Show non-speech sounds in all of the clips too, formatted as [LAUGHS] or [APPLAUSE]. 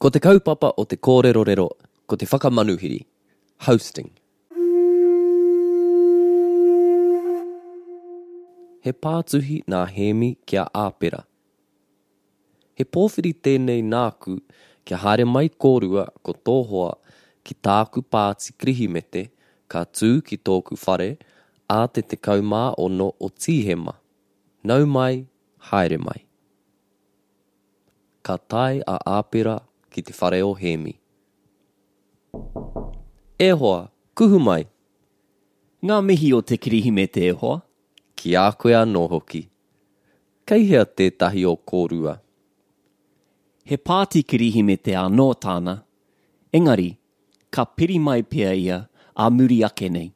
Ko te kaupapa o te kōrero-rero, ko te whakamanuhiri, hosting. He pātuhi nā hemi kia āpera. He pōwhiri tēnei nāku kia haere mai kōrua ko tōhoa ki tāku pāti krihimete ka tū ki tōku whare a te te kaumā ono o tīhema. Nau mai, haere mai. Ka tai a āpera ki te whare o hemi. E hoa, kuhu mai, Ngā mihi o te kirihime te e hoa. ki a koe anō hoki. Kei hea tētahi o kōrua. He pāti kirihime te anō tāna. Engari, ka piri mai pia ia a muri ake nei.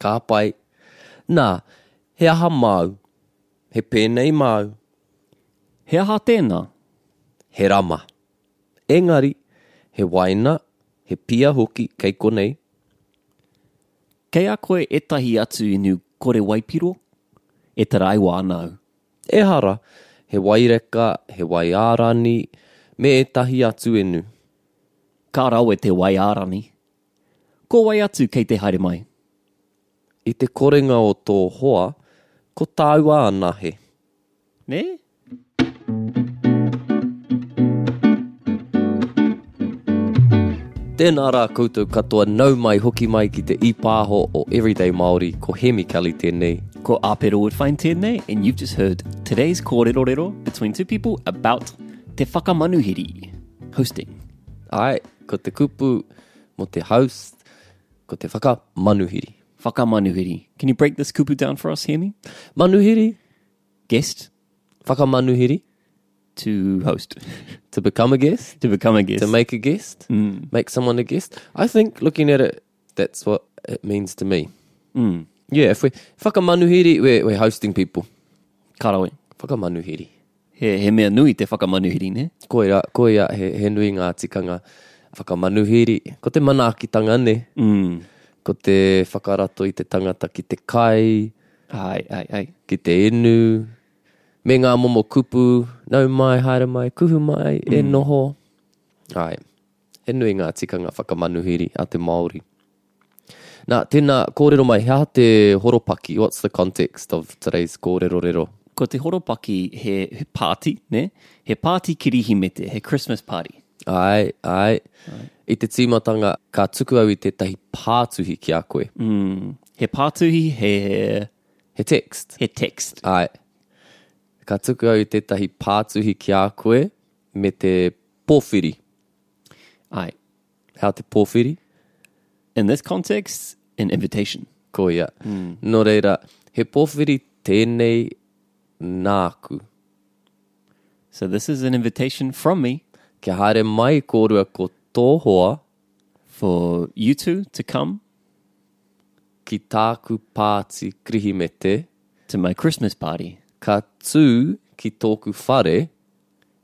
Ka pai, nā, he aha māu, he pēnei māu, He aha tēnā. he rama. Engari, he waina, he pia hoki kei konei, Kei a koe etahi atu inu kore waipiro? E te raiwa anau. e hara, he waireka, he waiārani, me etahi atu enu. Kā rau e te wai ārani. Ko wai atu kei te haere mai. I te korenga o tō hoa, ko tāua ana he. Ne? Tēnā rā koutou katoa nau mai hoki mai ki te ipāho o Everyday Māori ko Hemi Kali tēnei. Ko Apero would find tēnei and you've just heard today's kōrero rero between two people about te whakamanuhiri. Hosting. Ai, ko te kupu, mo te host, ko te whakamanuhiri. Whakamanuhiri. Can you break this kupu down for us, Hemi? Manuhiri, Guest whakamanuhiri, to host, [LAUGHS] to become a guest, to become a guest. to make a guest, Mm. make someone a guest. I think looking at it, that's what it means to me. Mm. Yeah, if we whakamanuhiri, we're, we're hosting people. Karawe. Whakamanuhiri. He, he mea nui te whakamanuhiri, ne? Koira, koira, he, he nui ngā tikanga whakamanuhiri. Ko te manaakitanga ne, Mm. ko te whakarato i te tangata ki te kai, Ai, ai, ai. ki te inu, me ngā momo kupu, nau mai, haere mai, kuhu mai, mm. e noho. Ai, e nui ngā tikanga whakamanuhiri a te Māori. Nā, tēnā kōrero mai, hea te horopaki, what's the context of today's kōrero rero? Ko te horopaki he, he party, ne? He party kirihimete, he Christmas party. Ai, ai, ai. I te tīmatanga, ka tuku au i tētahi pātuhi ki a koe. Mm. Mm. He pātuhi, he, He text. he text. Ai. Ka tuku au i tētahi pātuhi ki a koe me te pōwhiri. Ai. Hea te pōwhiri? In this context, an invitation. Ko ia. Mm. Nō reira, he pōwhiri tēnei nāku. So this is an invitation from me Kia haere mai kōrua ko tōhoa for you two to come ki tāku pāti krihimete, to my Christmas party. ka tū ki tōku whare,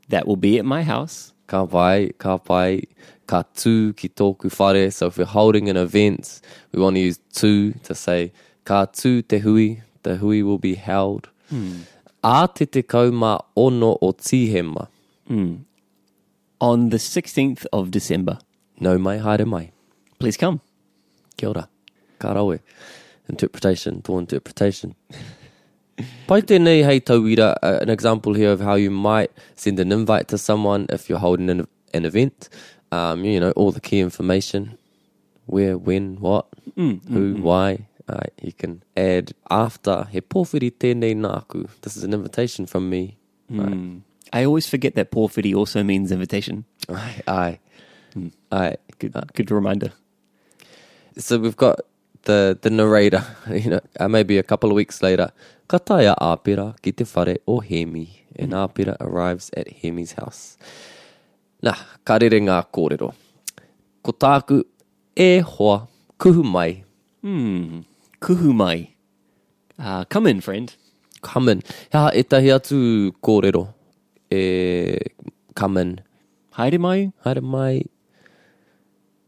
That will be at my house. ka vai, ka pai, ka tū ki tōku whare. So if we're holding an event, we want to use tū to say, ka tū te hui, the hui will be held. Mm. A te te kaumā ono o tihema, on the 16th of December. nau mai haere mai. Please come. Kia ora. Ka rawe. Interpretation, tō interpretation. [LAUGHS] Pai tēnei hei tauira, uh, an example here of how you might send an invite to someone if you're holding an, an event. Um, you know, all the key information. Where, when, what, who, why. Uh, you can add after he pōwhiri tēnei nāku. This is an invitation from me. Mm. I always forget that porphyry also means invitation. Aye, aye. Aye. Good, uh, good reminder. so we've got the the narrator, [LAUGHS] you know, uh, maybe a couple of weeks later. Kataya apira ki te whare o Hemi, and apira arrives at Hemi's house. Nā, ka rere ngā kōrero. Ko tāku, e hoa, kuhu mai, Hmm. Kuhu mai. Uh, come in, friend. come in. Hea e tahi atu kōrero, e come in. Haere mai. Haere mai,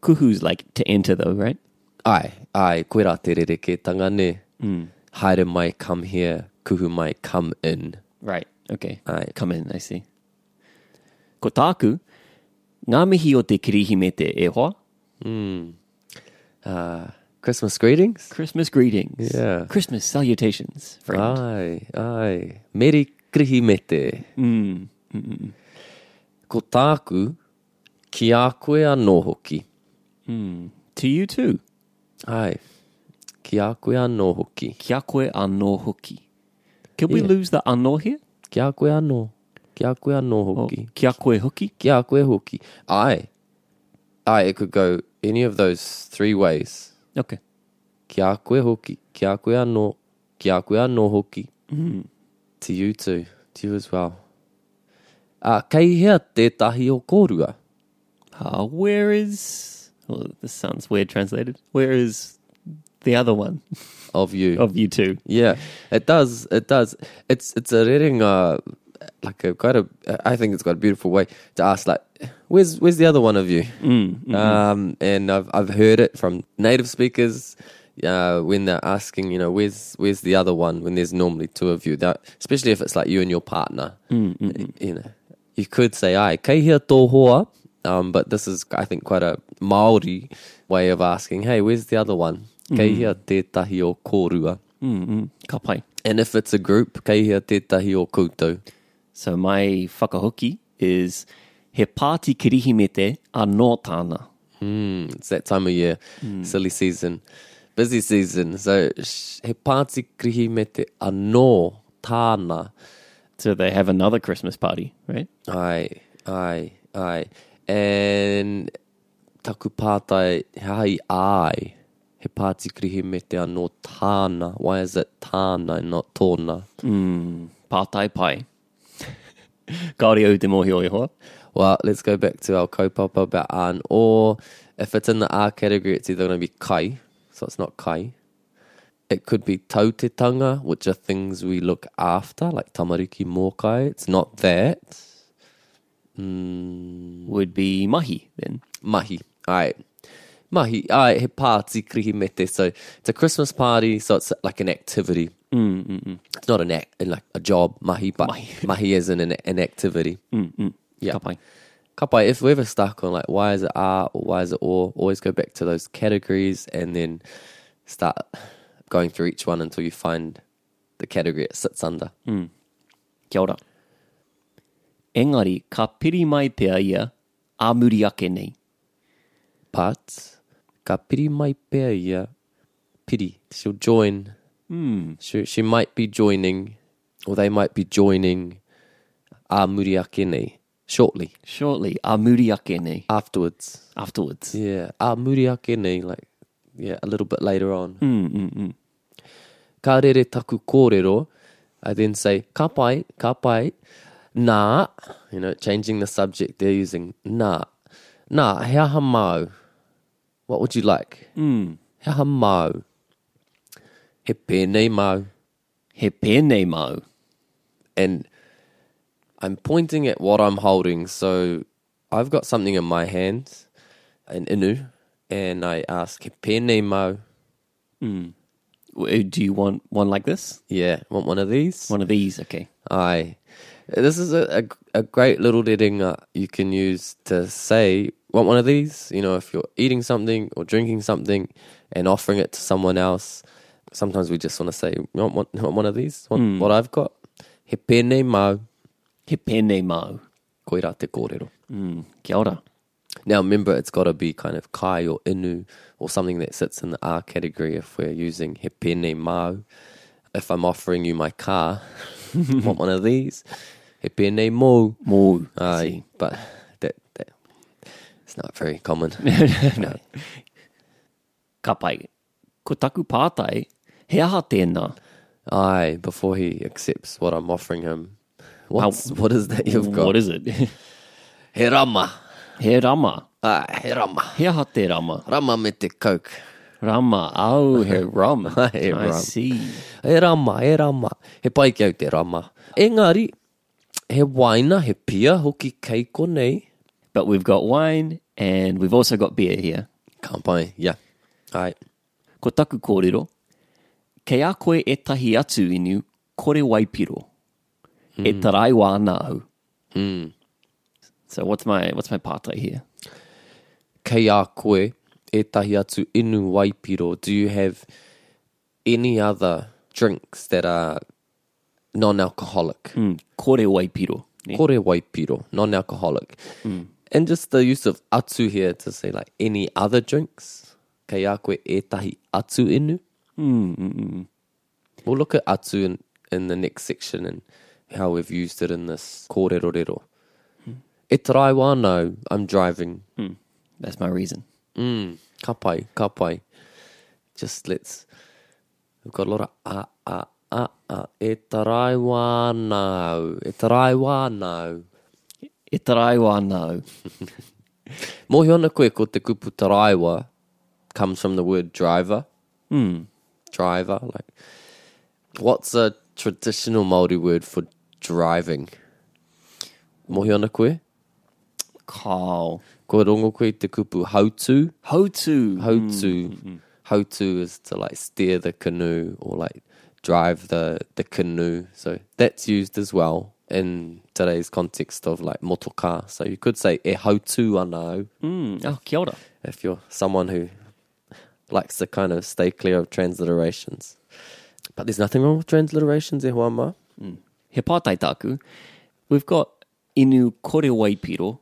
Kuhu's like to enter, though, right? ai, ai, koe rā te rere ke tangane. Hmm. Mm. Haere mai, come here, kuhu mai, come in. Right. Okay. Aye. Come in, I see. Kotaku, Ngā mihi o te kirihime te e hoa. Hmm. Uh, Christmas greetings. Christmas greetings. Yeah. Ah. Christmas salutations, friend. Ai, ai. Merry Krihimete. Mm. Hmm. Ko tāku, ki a koe a nōhoki. Hmm. To you too. Ai, ki a koe a nōhoki. Kia koe anō hoki. Can we Yeah. lose the anō here? Ki a koe a nō. Ki a koe a nōhoki. Kia koe hoki? Ki a koe hoki. Ai. Ai, it could go any of those three ways. Okay. Ki a koe hoki. Ki a koe a nō. Ki a koe a nōhoki. Mm. To you too. To you as well. Uh, kei hea tētahi o kōrua. Uh, where is. Well, this sounds weird translated. Where is the other one Of you. [LAUGHS] of you two? Yeah, it does. It does. It's it's a reading uh like a quite a I think it's got a beautiful way to ask like where's where's the other one of you? Um and I've I've heard it from native speakers uh when they're asking, you know, where's where's the other one when there's normally two of you. That especially if it's like you and your partner. You know. You could say ai kei hea tō hoa um but this is I think quite a Maori way of asking, hey, where's the other one? Kei hea tētahi o kōrua. Mm-mm. Ka pai. And if it's a group, kei hea tētahi o koutou. So my whakahoki is he pāti kirihimete anō tāna. Mm, it's that time of year, silly season, busy season. So sh- he pāti krihi me te anō tāna. So they have another Christmas party, right? Ai, ai, ai. And taku pātai hai ai. He pāti krihi me te anō tāna. Why is it tāna and not tōna? Pātai [LAUGHS] pai. Kāore au te mohi o e hoa. Well, let's go back to our kaupapa about an or if it's in the R category, it's either going to be kai, so it's not kai. It could be tautetanga, which are things we look after, like tamariki mokai. It's not that. Mm, Would be mahi then. Mahi. All right. Mahi. All right. He party krihi mete. So it's a Christmas party, so it's like an activity. Mm, mm, mm. It's not an act, like a job, mahi, but mahi, Mahi. is an, an activity. Yeah. Ka pai. Kapai, if we're ever stuck on like why is it R or why is it or, always go back to those categories and then start going through each one until you find the category it sits under. Kia ora. Engari, ka piri mai pea ia, a muri ake nei. But ka piri mai pea ia, piri, she'll join. She, she might be joining or they might be joining a muriake nei shortly Shortly, a muri ake nei. afterwards. Afterwards. Yeah, a muriake nei, like, yeah, a little bit later on. Mm, mm, mm. Ka rere taku kōrero, I then say, ka pai, ka pai, nā, you know, changing the subject, they're using nā. Nā, hea ha mau. What would you like? Mm. Hea ha mau. He pēnei mau. He pēnei mau. And I'm pointing at what I'm holding. So I've got something in my hand, an inu, and I ask, "Ke pēnei mau? W- Do you want one like this? Yeah, want one of these? One of these, okay. Aye. This is a, a, a great little reading you can use to say, want one of these? You know, if you're eating something or drinking something and offering it to someone else, sometimes we just want to say, want, want, want one [LAUGHS] of these? Want what I've got? He pēnei mau, He pēnei mau. koira te kōrero. Hmm. Mm, kia ora. Now, remember, it's got to be kind of kai or inu or something that sits in the R category if we're using he pene mau. If I'm offering you my car, [LAUGHS] want one of these? He pene mo. Mō. Aye, but that, that it's not very common. [LAUGHS] no. Ka pai. Ko taku pātai, he aha tēnā. [LAUGHS] Aye, before he accepts what I'm offering him, what's, what is that you've got? What is it? [LAUGHS] he rama. he rama. Ah, he rama. He aha te rama. Rama me te coke. Rama. Au, he rum. [LAUGHS] He I rum. see. E rama, e rama, he pai ki au te rama. Engari, he waina, he pia hoki kei konei. But we've got wine and we've also got beer here. Kampai, yeah. Ai, Ko taku kōrero, kei a koe e tahi atu inu Hmm. kore waipiro. E tarai wā nā au. So what's my what's my part right here? Kei a koe, etahi atu inu waipiro, do you have any other drinks that are non-alcoholic? Mm. Kore waipiro. Yeah. Kore waipiro, non-alcoholic. And just the use of atu here to say like any other drinks. Kei a koe, etahi atu inu. Mm, mm, mm. We'll look at atu in, in the next section and how we've used it in this kōrero rero. E tarai wānau, I'm driving. Mm. That's my reason. Mm, ka pai, ka pai. Just let's, we've got a lot of ah, ah, ah, ah. E tarai wānau, e tarai wānau. E tarai wānau. Mōhi ona koe ko te kupu taraiwa comes from the word driver. Mm. driver? Like, what's a traditional Maori word for driving? Mohi ana koe? Kao. Ko rongo koe te kupu hautu. How to. Hautu. Hautu is to like steer the canoe or like drive the, the canoe. So that's used as well in today's context of like motoka. So you could say e hautu anau Mm. Oh, kia ora. if you're someone who likes to kind of stay clear of transliterations. But there's nothing wrong with transliterations, e hoa ma. He pātai tāku. We've got inu kore waipiro.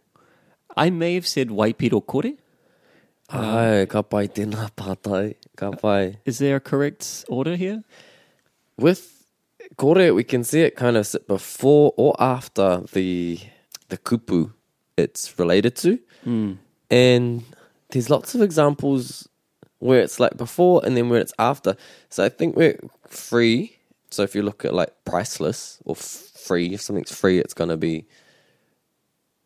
I may have said waipiro kore. Ai, ka pai tēnā pātai, ka pai. Is there a correct order here? With kore, we can see it kind of sit before or after the the kupu it's related to. And there's lots of examples where it's like before and then where it's after. So I think we're free. So if you look at like priceless or f- free, if something's free, it's going to be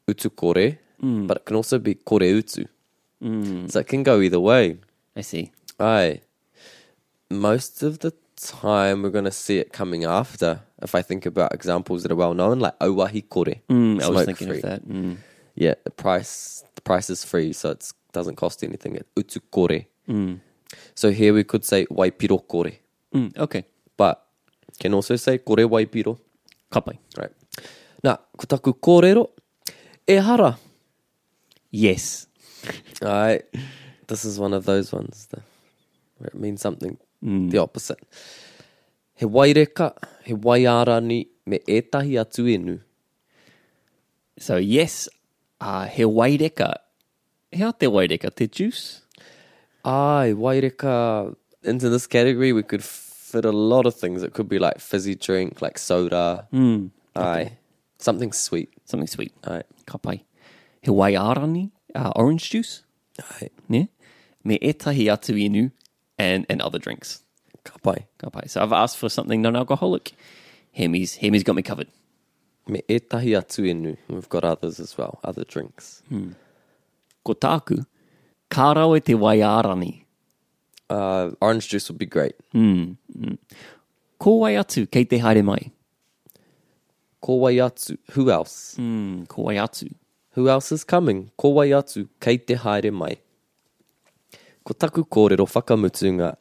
utu kore, but it can also be kore utu. So it can go either way. I see. Aye. Most of the time, we're going to see it coming after. If I think about examples that are well known, like Owahi Kore. Mm, I smoke was thinking free. of that. Mm. Yeah, the price the price is free, so it doesn't cost anything. It's Utsu Kore. Mm. So here we could say Waipiro Kore, Mm. Okay. but can also say Kore Waipiro. Kapai. Right. Now, kotaku korero, e hara. Yes. All right. This is one of those ones that, where it means something the opposite. He waireka, he waiara ni me etahi atu enu. So yes, uh, he waireka. Hea te waireka, te juice? Ai, waireka. Into this category, we could fit a lot of things. It could be like fizzy drink, like soda. Mm, Aye. Something sweet. Something sweet. Aye. Kapai. He waiarani, uh, orange juice? Aye. Yeah. Me etahi atu inu and, and other drinks. Ka pai. Kapai. So I've asked for something non-alcoholic. Hemi's, Hemi's got me covered. Me etahi atu enu. We've got others as well, other drinks. Ko tāku, kā rau e te waiarani. Uh, orange juice would be great. Ko wai atu kei te haere mai. Kowaiatsu. Who else? Mm, ko wai atu. Who else is coming? Kowaiatsu kei te haere mai. Ko taku kōrero whakamutunga.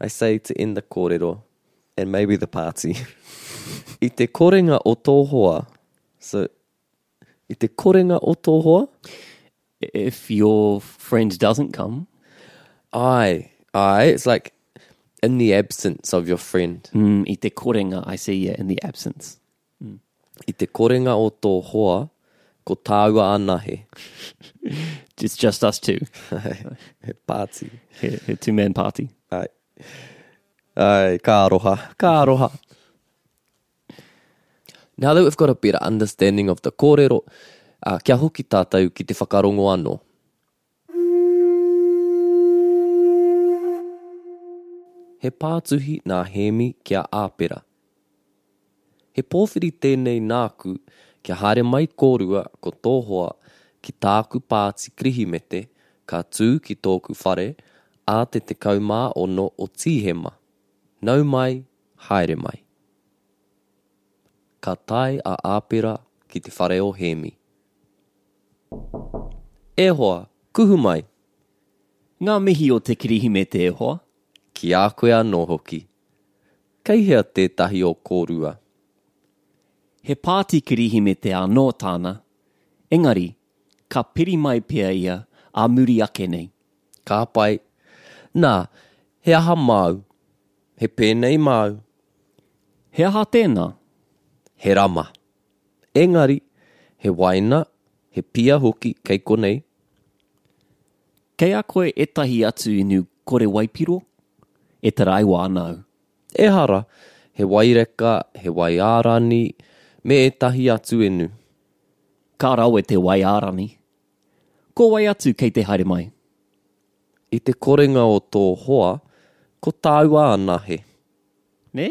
I say to end the kōrero and maybe the party. [LAUGHS] I te korenga o tō hoa. So, i te korenga o tō hoa. If your friend doesn't come, Ai, ai, it's like in the absence of your friend. mm, i te korenga, I see yeah, in the absence. I te korenga o tō hoa, ko tāua ana he. It's just us two. he [LAUGHS] party. a, a two man party. Ai. Ai, ka aroha, ka aroha. Now that we've got a better understanding of the kōrero, uh, kia hoki tātou ki te whakarongo anō. He pātuhi nā hemi kia āpera. He pōwhiri tēnei nāku kia haere mai kōrua ko tōhoa ki tāku pāti krihimete ka tū ki tōku whare a te te kaumā ono o tīhema. Nau mai, haere mai. Ka tai a āpera ki te whare o hemi. E hoa, kuhu mai, Ngā mihi o te kirihime te e hoa. ki a koe anō hoki. Kei hea tētahi o kōrua. He pāti kirihime te anō tāna. Engari, ka piri mai pia ia a muri ake nei. Ka pai. Nā, he aha māu. He pēnei māu. He aha tēnā, He rama. Engari, he waina, he pia hoki kei konei. kei a koe etahi atu inu kore waipiro, e te raiwa anau. E hara, he waireka, he waiārani, me etahi atu enu. Kā rau e te wai ārani. Ko wai atu kei te haere mai. I te korenga o tō hoa, ko tāua ana he. Ne?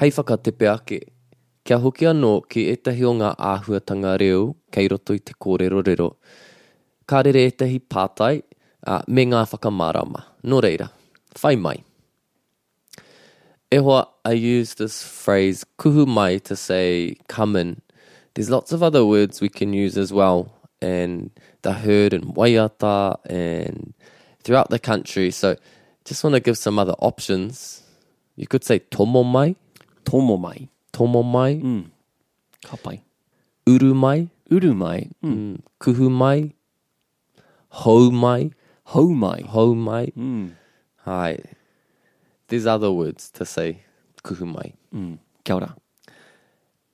Hei whakatepe ake. Kia hoki anō ki etahi o ngā āhuatanga reo kei roto i te kōrero rero. Ka rere etahi pātai a me ngā whakamārama. Nō reira, whai mai. E hoa, I use this phrase kuhu mai to say come in. There's lots of other words we can use as well, and they're heard in Waiata and throughout the country. So, just want to give some other options. You could say tomo mai, Tomo mai. Hmm. tomo mai, Ka pai. uru mai, Uru mai. Mm. mm. kuhu mai, hou mai, Hou mai. hou mai. Mm. Hi. There's other words to say kuhu mai. Mm. Kia ora.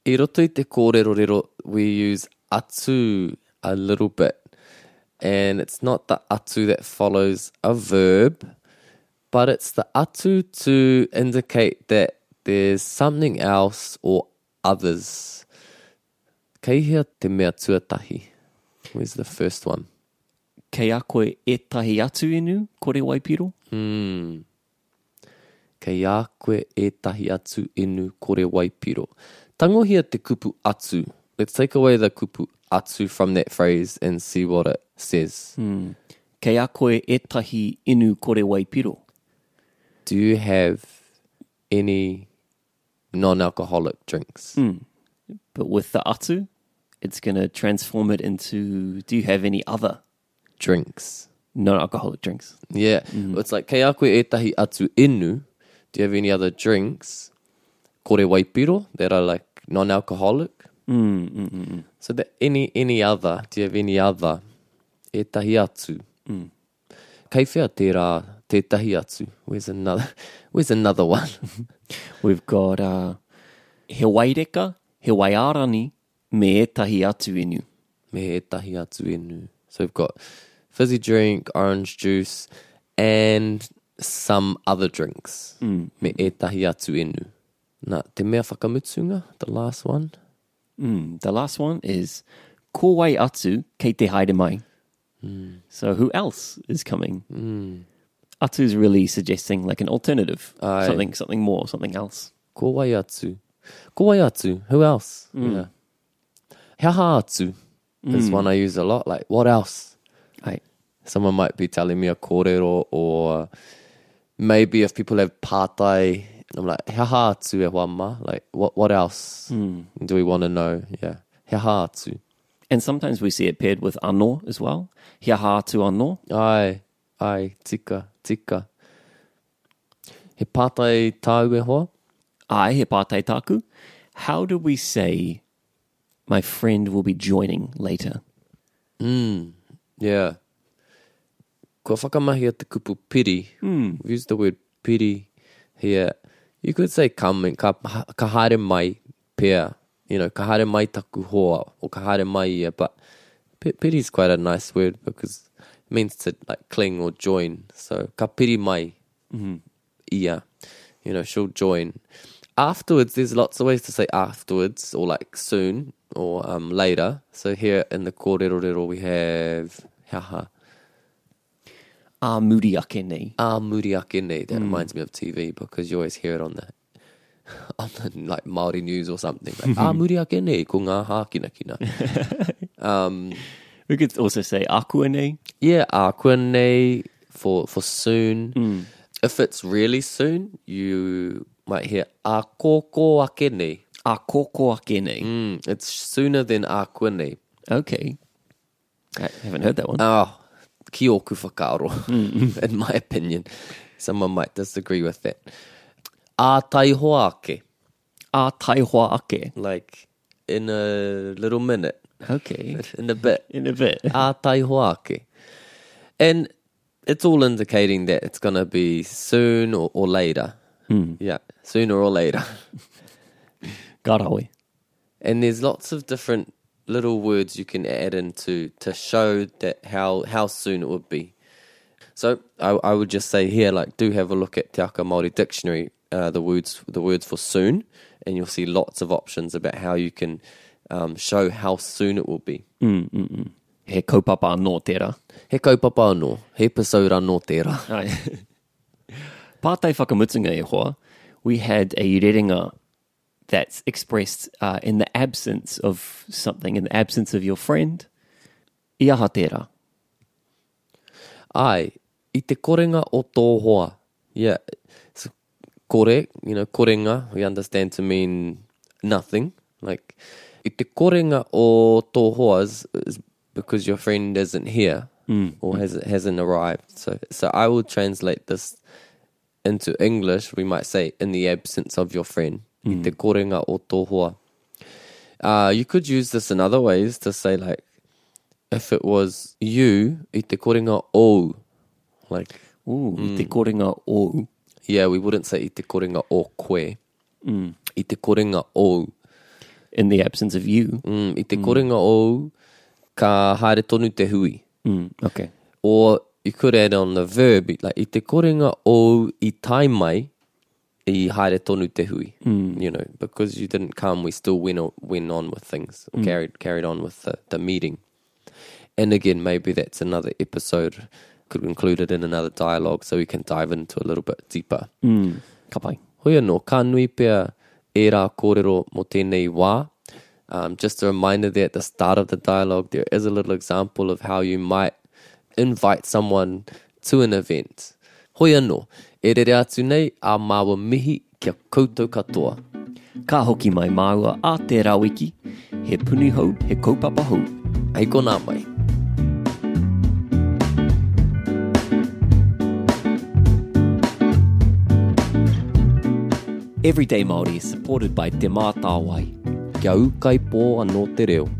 I roto i te kōrero rero, we use atu a little bit. And it's not the atu that follows a verb, but it's the atu to indicate that there's something else or others. Kei hea te mea tuatahi. Where's the first one? Kei a koe etahi atu inu kore waipiro. Mm. Kei a koe e tahi atu inu kore waipiro. Tangohia te kupu atu. Let's take away the kupu atu from that phrase and see what it says. Mm. Kei a koe etahi inu kore waipiro. Do you have any non-alcoholic drinks? But with the atu, it's going to transform it into do you have any other Drinks. non alcoholic drinks? Yeah. It's like, kei a koe e tahi atu inu. Do you have any other drinks? Kore waipiro that are like non-alcoholic? Mm, mm, mm, mm. So that any any other, do you have any other? E tahi atu. Mm. Kei whea te rā, te tahi atu. Where's another, [LAUGHS] where's another one? We've got uh, he waireka, he waiarani, me etahi atu inu. Me e tahi atu enu. So we've got fizzy drink, orange juice, and some other drinks. Mm. Me e tahi atu enu. Nā, te mea whakamutunga, the last one. Mm. The last one is ko wai atu kei te haere mai. So who else is coming? Atu is really suggesting like an alternative, Aye. something, something more, something else. Ko wai atu. Ko wai atu. Who else? Yeah. He aha atu is one I use a lot. Like, what else? Aye. Someone might be telling me a kōrero or uh, maybe if people have pātai, I'm like, he aha atu e hoa ma? Like, what, what else do we want to know? Yeah. He aha atu. And sometimes we see it paired with anō as well. Hiaha atu anō. Ai, ai, tika, tika. He pātai tāu e hoa? Ai, he pātai tāku. How do we say, my friend will be joining later? Mm, Yeah. Kua whakamahi a te kupu piri. We've used the word piri here. You could say coming, ka, ha- ka haere mai pia. You know, ka haere mai taku hoa or ka haere mai ia, but pi- piri is quite a nice word because it means to like cling or join. So, ka piri mai ia. You know, she'll join. Afterwards, there's lots of ways to say afterwards or like soon or um, later. So here in the kōrero rero we have haha. A muri ake nei. Ah, muri ake nei. That reminds me of TV because you always hear it on the [LAUGHS] on the like Maori news or something. Like, ah, muri ake nei ko ngā hākina kina. um, We could also say akua nei. yeah, ah, koe nei for for soon. If it's really soon, you might hear ah koko ake nei. A koko ake nei. Mm, it's sooner than Aquine. Okay. I haven't heard that one. Oh, kioku whakaaro, [LAUGHS] in my opinion. Someone might disagree with that. A taihoa ake, A taihoa ake. like in a little minute, [LAUGHS] Okay. in a bit. In a bit. a taihoake. And it's all indicating that it's going to be soon or, or later. Yeah, sooner or later. [LAUGHS] Garawe. And there's lots of different little words you can add into to show that how how soon it would be. So I, I would just say here, like, do have a look at Te Aka Māori Dictionary, uh, the words the words for soon, and you'll see lots of options about how you can um, show how soon it will be. He kaupapa nō tērā. He kaupapa anō, he pasaura anō tērā. Ai. [LAUGHS] Pātai whakamutunga e hoa, we had a rerenga that's expressed uh, in the absence of something, in the absence of your friend. Iaha tērā. Ai, i te korenga o tō hoa. Yeah. So, kore, you know, korenga, we understand to mean nothing. Like, i te korenga o tō hoa is, is because your friend isn't here or has, hasn't arrived. So, so I will translate this into English. We might say, in the absence of your friend. I te korenga o tō hoa. Uh, you could use this in other ways to say like, if it was you, i te korenga o, like, Ooh, i te korenga o. yeah, we wouldn't say i te korenga o koe. Mm. I te korenga o. In the absence of you. Mm, I te korenga o, ka haere tonu te hui. Mm, okay. Or you could add on the verb, like, i te korenga o i tai mai, i haere tonu te hui. You know, because you didn't come, we still went on, went on with things, or carried, carried on with the, the meeting. And again, maybe that's another episode, could include it in another dialogue so we can dive into a little bit deeper. Mm. Ka pai. Hoi anō, ka nui pea e rā kōrero mō tēnei wā. Um, just a reminder there at the start of the dialogue, there is a little example of how you might invite someone to an event. Hoi anō, e rere atu nei a māua mihi kia koutou katoa. Ka hoki mai māua a tērā wiki. He puni hou, he kaupapa hou. Hei kona mai. Everyday Māori is supported by Te Mātāwai. Kia ukai pō anō te reo.